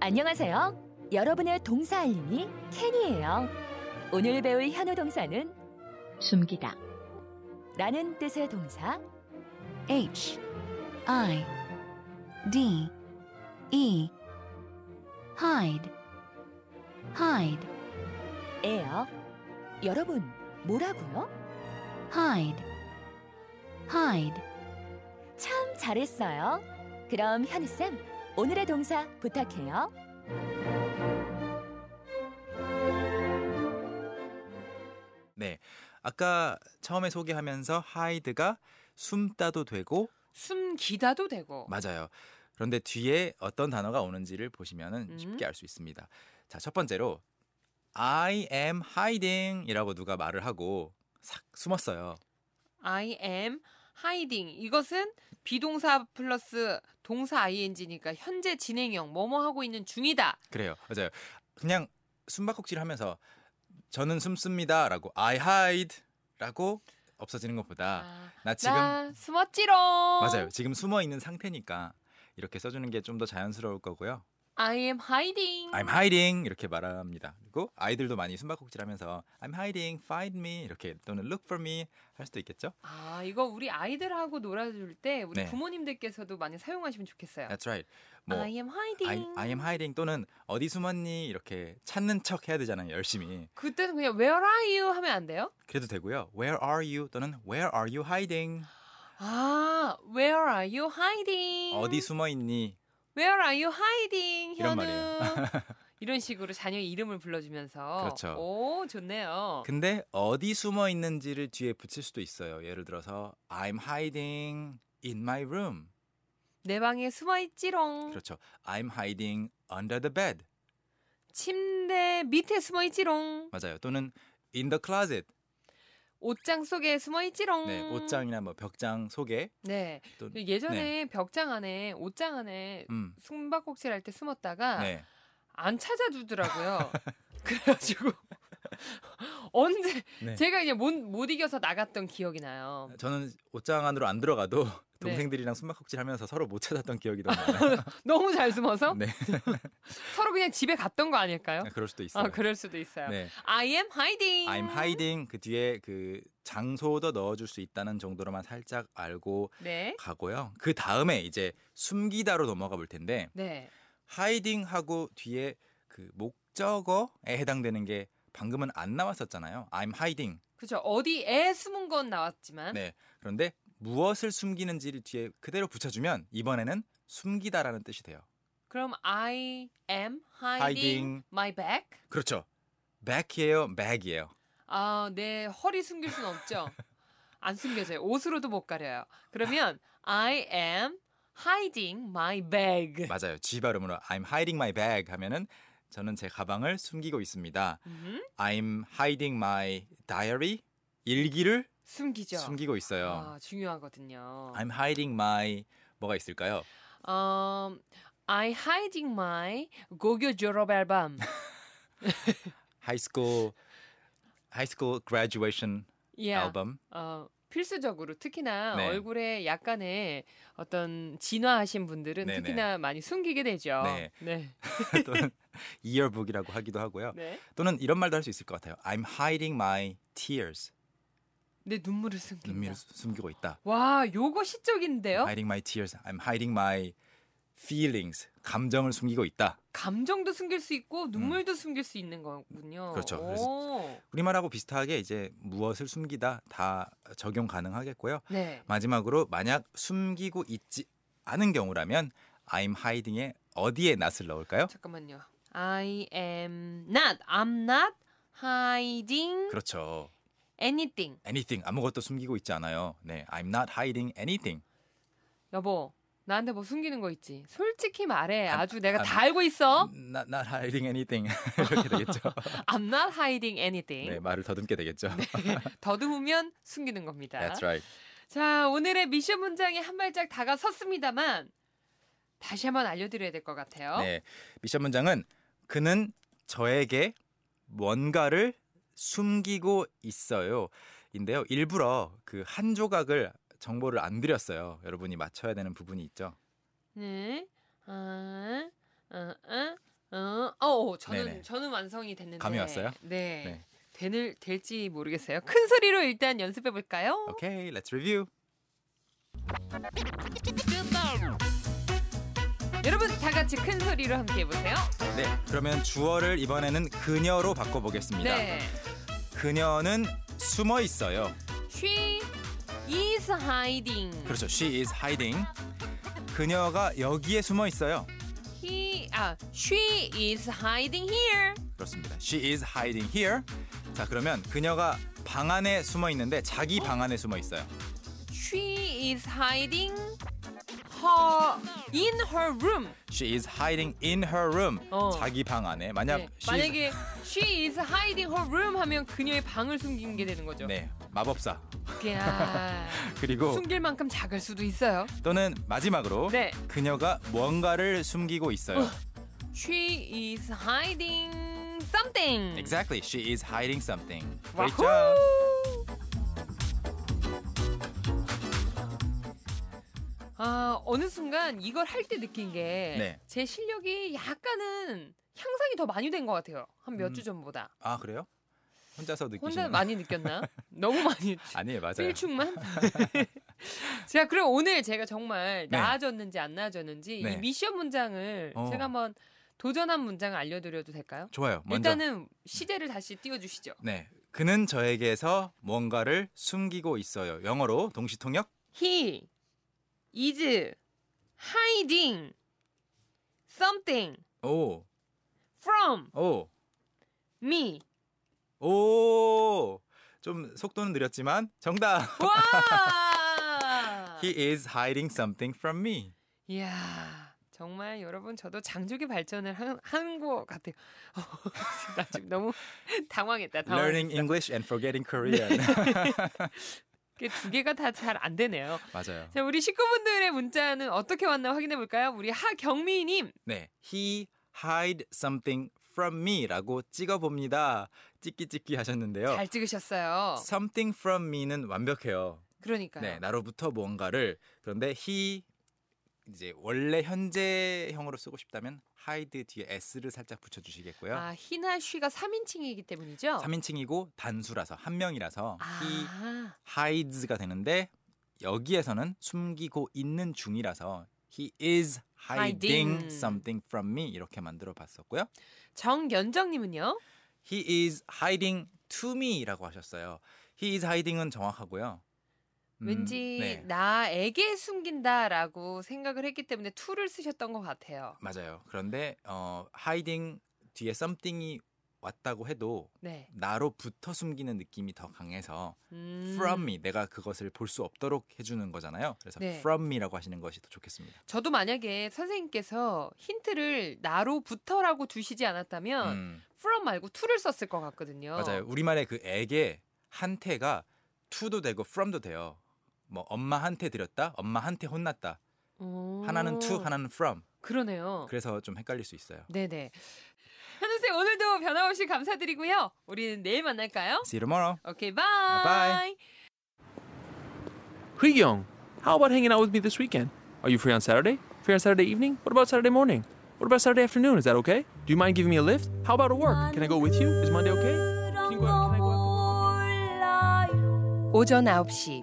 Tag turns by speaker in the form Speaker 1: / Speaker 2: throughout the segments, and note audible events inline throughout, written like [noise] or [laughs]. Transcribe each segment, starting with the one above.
Speaker 1: 안녕하세요. 여러분의 동사 알림이 캔이에요. 오늘 배울 현우 동사는
Speaker 2: 숨기다
Speaker 1: 라는 뜻의 동사
Speaker 2: H I D E hide hide
Speaker 1: 에요. 여러분, 뭐라고요?
Speaker 2: hide hide
Speaker 1: 참 잘했어요. 그럼 현우쌤, 오늘의 동사 부탁해요.
Speaker 3: 네. 아까 처음에 소개하면서 하이드가 숨다도 되고
Speaker 4: 숨기다도 되고
Speaker 3: 맞아요. 그런데 뒤에 어떤 단어가 오는지를 보시면은
Speaker 4: 음.
Speaker 3: 쉽게 알 수 있습니다. 자, 첫 번째로 I am hiding이라고 누가 말을 하고 싹 숨었어요.
Speaker 4: I am hiding 이것은 비동사 플러스 동사 ing니까 현재 진행형 뭐뭐 하고 있는 중이다.
Speaker 3: 그래요. 맞아요. 그냥 숨바꼭질 하면서 저는 숨습니다라고 I hide라고 없어지는 것보다
Speaker 4: 아,
Speaker 3: 나 지금
Speaker 4: 나 숨었지롱.
Speaker 3: 맞아요. 지금 숨어 있는 상태니까 이렇게 써주는 게 좀 더 자연스러울 거고요.
Speaker 4: I am hiding.
Speaker 3: I'm hiding 이렇게 말합니다. 그리고 아이들도 많이 숨바꼭질하면서 I'm hiding, find me 이렇게 또는 look for me 할 수도 있겠죠.
Speaker 4: 아 이거 우리 아이들하고 놀아줄 때 우리
Speaker 3: 네.
Speaker 4: 부모님들께서도 많이 사용하시면 좋겠어요.
Speaker 3: That's right. 뭐
Speaker 4: I am 아. hiding.
Speaker 3: I, I am hiding 또는 어디 숨었니 이렇게 찾는 척 해야 되잖아요. 열심히
Speaker 4: 그때는 그냥 Where are you 하면 안 돼요?
Speaker 3: 그래도 되고요. Where are you 또는 Where are you hiding?
Speaker 4: 아 Where are you hiding?
Speaker 3: 어디 숨어 있니?
Speaker 4: Where are you hiding?
Speaker 3: 이런
Speaker 4: 현우.
Speaker 3: [laughs] 말이에요.
Speaker 4: 이런 식으로 자녀의 이름을 불러주면서.
Speaker 3: 그렇죠. 그
Speaker 4: 오, 좋네요.
Speaker 3: 근데 어디 숨어 있는지를 뒤에 붙일 수도 있어요. 예를 들어서 I'm hiding in my room.
Speaker 4: 내 방에 숨어 있지롱.
Speaker 3: 그렇죠. I'm hiding under the bed.
Speaker 4: 침대 밑에 숨어 있지롱.
Speaker 3: 맞아요. 또는 in the closet.
Speaker 4: 옷장 속에 숨어 있지롱.
Speaker 3: 네, 옷장이나 뭐 벽장 속에
Speaker 4: 네.
Speaker 3: 또
Speaker 4: 예전에 벽장 안에, 옷장 안에
Speaker 3: 음.
Speaker 4: 숨바꼭질 할 때 숨었다가
Speaker 3: 네. [laughs]
Speaker 4: 안 찾아주더라고요. [laughs] 그래가지고 [laughs] 언제
Speaker 3: 네.
Speaker 4: 제가 이제 못, 못 이겨서 나갔던 기억이 나요.
Speaker 3: 저는 옷장 안으로 안 들어가도 [laughs] 동생들이랑 숨바꼭질 하면서 서로 못 찾았던 기억이 너무 많아요.
Speaker 4: 너무 잘 숨어서
Speaker 3: 네. [laughs]
Speaker 4: 서로 그냥 집에 갔던 거 아닐까요?
Speaker 3: 그럴 수도 있어요.
Speaker 4: 아, 그럴 수도 있어요.
Speaker 3: 네.
Speaker 4: I am hiding.
Speaker 3: I'm hiding 그 뒤에 그 장소도 넣어 줄수 있다는 정도로만 살짝 알고
Speaker 4: 네.
Speaker 3: 가고요. 그 다음에 이제 숨기다로 넘어가 볼 텐데
Speaker 4: 네.
Speaker 3: hiding 하고 뒤에 그 목적어에 해당되는 게 방금은 안 나왔었잖아요. I'm hiding.
Speaker 4: 그죠. 어디에 숨은 건 나왔지만.
Speaker 3: 네. 그런데 무엇을 숨기는지를 뒤에 그대로 붙여 주면 이번에는 숨기다라는 뜻이 돼요.
Speaker 4: 그럼 I am hiding,
Speaker 3: Hiding.
Speaker 4: my back.
Speaker 3: 그렇죠. back이에요, bag이에요.
Speaker 4: 아, 내 허리 숨길 순 없죠. 안 숨겨져요. 옷으로도 못 가려요. 그러면 I am hiding my bag.
Speaker 3: 맞아요. G 발음으로 I'm hiding my bag 하면은 저는 제 가방을 숨기고 있습니다.
Speaker 4: 음,
Speaker 3: I'm hiding my diary 일기를
Speaker 4: 숨기죠.
Speaker 3: 숨기고 있어요.
Speaker 4: 아, 중요하거든요.
Speaker 3: I'm hiding my 뭐가 있을까요?
Speaker 4: 음, I hiding my 고교 졸업 앨범.
Speaker 3: High school high school graduation
Speaker 4: Yeah.
Speaker 3: 앨범.
Speaker 4: 어, 필수적으로 특히나
Speaker 3: 네.
Speaker 4: 얼굴에 약간의 어떤 진화하신 분들은
Speaker 3: 네네.
Speaker 4: 특히나 많이 숨기게 되죠.
Speaker 3: 네.
Speaker 4: 네.
Speaker 3: [laughs] [laughs] 또는 yearbook이라고 하기도 하고요.
Speaker 4: 네.
Speaker 3: 또는 이런 말도 할 수 있을 것 같아요. I'm hiding my tears.
Speaker 4: 내 눈물을 숨긴다.
Speaker 3: 눈물을 숨기고 있다.
Speaker 4: 와, 요거 시적인데요.
Speaker 3: hiding my tears. I'm hiding my feelings. 감정을 숨기고 있다.
Speaker 4: 감정도 숨길 수 있고 눈물도 숨길 수 있는 거군요.
Speaker 3: 음. 그렇죠. 그래서-
Speaker 4: 오.
Speaker 3: 우리말하고 비슷하게 이제 무엇을 숨기다 다 적용 가능하겠고요.
Speaker 4: 네.
Speaker 3: 마지막으로 만약 숨기고 있지 않은 경우라면 I'm hiding에 어디에 낫을 넣을까요?
Speaker 4: 잠깐만요. I am not. I'm not hiding
Speaker 3: 그렇죠.
Speaker 4: anything.
Speaker 3: Anything 아무것도 숨기고 있지 않아요. 네, I'm not hiding anything.
Speaker 4: 여보, 나한테 뭐 숨기는 거 있지? 솔직히 말해.
Speaker 3: 안-
Speaker 4: 아주 내가
Speaker 3: 안- 음.
Speaker 4: 다 알고 있어.
Speaker 3: Not, not hiding anything [laughs] 이렇게 되겠죠.
Speaker 4: I'm not hiding anything.
Speaker 3: 네, 말을 더듬게 되겠죠.
Speaker 4: 더듬으면 숨기는 겁니다.
Speaker 3: That's right.
Speaker 4: 자, 오늘의 미션 문장에 한 발짝 다가섰습니다만 다시 한번 알려드려야 될 것 같아요.
Speaker 3: 네, 미션 문장은 그는 저에게 뭔가를 숨기고 있어요. 인데요. 일부러 그 한 조각을 정보를 안 드렸어요. 여러분이 맞춰야 되는 부분이 있죠.
Speaker 4: 네. 아, 어, 어, 어, 어, 어, 저는
Speaker 3: 네네.
Speaker 4: 저는 완성이 됐는데.
Speaker 3: 감이 왔어요?
Speaker 4: 네.
Speaker 3: 네.
Speaker 4: 될, 될지 모르겠어요. 큰 소리로 일단 연습해 볼까요?
Speaker 3: 오케이, let's review.
Speaker 4: 여러분 다 같이 큰 소리로 함께 해 보세요.
Speaker 3: 네, 그러면 주어를 이번에는 그녀로 바꿔보겠습니다.
Speaker 4: 네.
Speaker 3: 그녀는 숨어 있어요.
Speaker 4: She is hiding.
Speaker 3: 그렇죠. She is hiding. 그녀가 여기에 숨어 있어요.
Speaker 4: He 아, she is hiding here.
Speaker 3: 그렇습니다. She is hiding here. 자, 그러면 그녀가 방 안에 숨어 있는데 자기 방 안에 숨어 있어요.
Speaker 4: She is hiding her in her room.
Speaker 3: She is hiding in her room.
Speaker 4: 어.
Speaker 3: 자기 방 안에. 만약
Speaker 4: 네.
Speaker 3: she is-
Speaker 4: 만약에 she is hiding her room 하면 그녀의 방을 숨긴 게 되는 거죠.
Speaker 3: 네, 마법사. [laughs]
Speaker 4: 이야,
Speaker 3: 그리고
Speaker 4: 숨길 만큼 작을 수도 있어요.
Speaker 3: 또는 마지막으로
Speaker 4: 네.
Speaker 3: 그녀가 뭔가를 숨기고 있어요. 음.
Speaker 4: She is hiding something.
Speaker 3: Exactly. She is hiding something. Great job.
Speaker 4: 와후! 아 어느 순간 이걸 할 때 느낀 게 제
Speaker 3: 네.
Speaker 4: 실력이 약간은 향상이 더 많이 된 것 같아요 한 몇 주
Speaker 3: 음.
Speaker 4: 전보다
Speaker 3: 아, 그래요? 혼자서 느끼시는
Speaker 4: 혼자 많이
Speaker 3: [laughs]
Speaker 4: 느꼈나 너무 많이
Speaker 3: 아니에요, 맞아요.
Speaker 4: 필충만 [laughs] 자 그럼 오늘 제가 정말
Speaker 3: 네.
Speaker 4: 나아졌는지 안 나아졌는지
Speaker 3: 네.
Speaker 4: 이 미션 문장을
Speaker 3: 어.
Speaker 4: 제가 한번 도전한 문장을 알려드려도 될까요
Speaker 3: 좋아요. 먼저
Speaker 4: 일단은 시제를 다시 띄워주시죠
Speaker 3: 네. 그는 저에게서 뭔가를 숨기고 있어요. 영어로 동시 통역.
Speaker 4: He is hiding something
Speaker 3: 오.
Speaker 4: from
Speaker 3: 오. [laughs]
Speaker 4: me.
Speaker 3: 오. 좀 속도는 느렸지만 정답.
Speaker 4: 와!
Speaker 3: He is hiding something from me.
Speaker 4: 이야, 정말 여러분 저도 장족의 발전을 한것 같아요. [laughs] 나 지금 너무 [laughs] 당황했다. 네.
Speaker 3: Learning
Speaker 4: 당황했어.
Speaker 3: English and forgetting [laughs] Korean.
Speaker 4: 이게 두 개가 다 잘 안 되네요.
Speaker 3: 맞아요.
Speaker 4: 자, 우리 식구분들의 문자는 어떻게 왔나 확인해 볼까요? 우리 하경미님.
Speaker 3: 네. He hide something from me라고 찍어 봅니다. 찍기 찍기 하셨는데요.
Speaker 4: 잘 찍으셨어요.
Speaker 3: Something from me는 완벽해요.
Speaker 4: 그러니까요.
Speaker 3: 네, 나로부터 뭔가를 그런데 he 이제 원래 현재형으로 쓰고 싶다면 hide 뒤에 s를 살짝 붙여 주시겠고요.
Speaker 4: 아, 희나 쉬가 3인칭이기 때문이죠?
Speaker 3: 네. 삼 3인칭이고 단수라서 한 명이라서 he
Speaker 4: 아.
Speaker 3: hides가 되는데 여기에서는 숨기고 있는 중이라서 he is hiding,
Speaker 4: Hiding.
Speaker 3: something from me 이렇게 만들어 봤었고요.
Speaker 4: 정연정님은요.
Speaker 3: he is hiding to me라고 하셨어요. he is hiding은 정확하고요. 음,
Speaker 4: 왠지
Speaker 3: 네,
Speaker 4: 나에게 숨긴다라고 생각을 했기 때문에 to를 쓰셨던 것 같아요.
Speaker 3: 맞아요. 그런데 어 hiding 뒤에 something이 왔다고 해도
Speaker 4: 네.
Speaker 3: 나로부터 숨기는 느낌이 더 강해서
Speaker 4: 음,
Speaker 3: from me 내가 그것을 볼 수 없도록 해주는 거잖아요. 그래서
Speaker 4: 네.
Speaker 3: from me라고 하시는 것이 더 좋겠습니다.
Speaker 4: 저도 만약에 선생님께서 힌트를 나로부터라고 주시지 않았다면
Speaker 3: 음,
Speaker 4: from 말고 to를 썼을 것 같거든요.
Speaker 3: 맞아요. 우리말의 그 에게 한테가 to도 되고 from도 돼요. 뭐 엄마한테 드렸다, 엄마한테 혼났다.
Speaker 4: 오.
Speaker 3: 하나는 to, 하나는 from.
Speaker 4: 그러네요.
Speaker 3: 그래서 좀 헷갈릴 수 있어요.
Speaker 4: 네네. 현우 쌤 오늘도 변함없이 감사드리고요. 우리는 내일 만날까요?
Speaker 3: See you tomorrow.
Speaker 4: 오케이 바이.
Speaker 3: 아, 바이.
Speaker 5: Young, how about hanging out with me this weekend? Are you free on Saturday? Free on Saturday evening? What about Saturday morning? What about Saturday afternoon? Is that okay? Do you mind giving me a lift? How about at work? Can I go with you? Is Monday okay? Can you go out? Can I go out?
Speaker 4: 오전 9시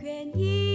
Speaker 6: 괜히